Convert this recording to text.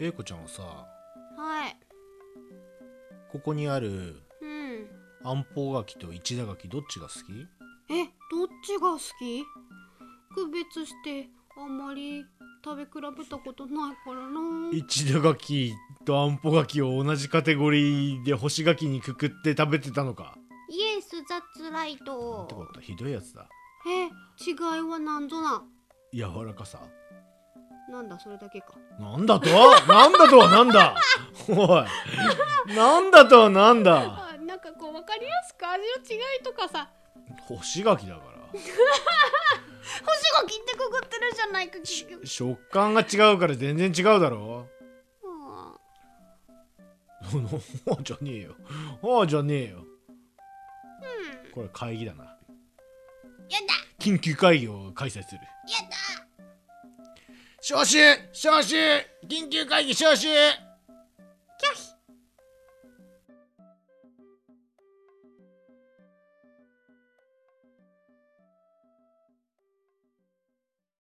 英子ちゃんはさはいここにあるうんあんぽ柿と一田柿どっちが好きえどっちが好き区別してあんまり食べ比べたことないからな一田柿とあんぽ柿を同じカテゴリーで干し柿にくくって食べてたのかイエス・ザ・ツ・ライなんてこトとひどいやつだえ違いはなんぞな柔らかさなんだそれだけかなんだとなんだとはなんだおいなんだとはなんだあなんかこう分かりやすく味の違いとかさ干し柿だから星が切ってくぐってるじゃないか結局食感が違うから全然違うだろうんそのああじゃねえよああじゃねえよこれ会議だなやだ緊急会議を開催するやだ招集招集緊急会議招集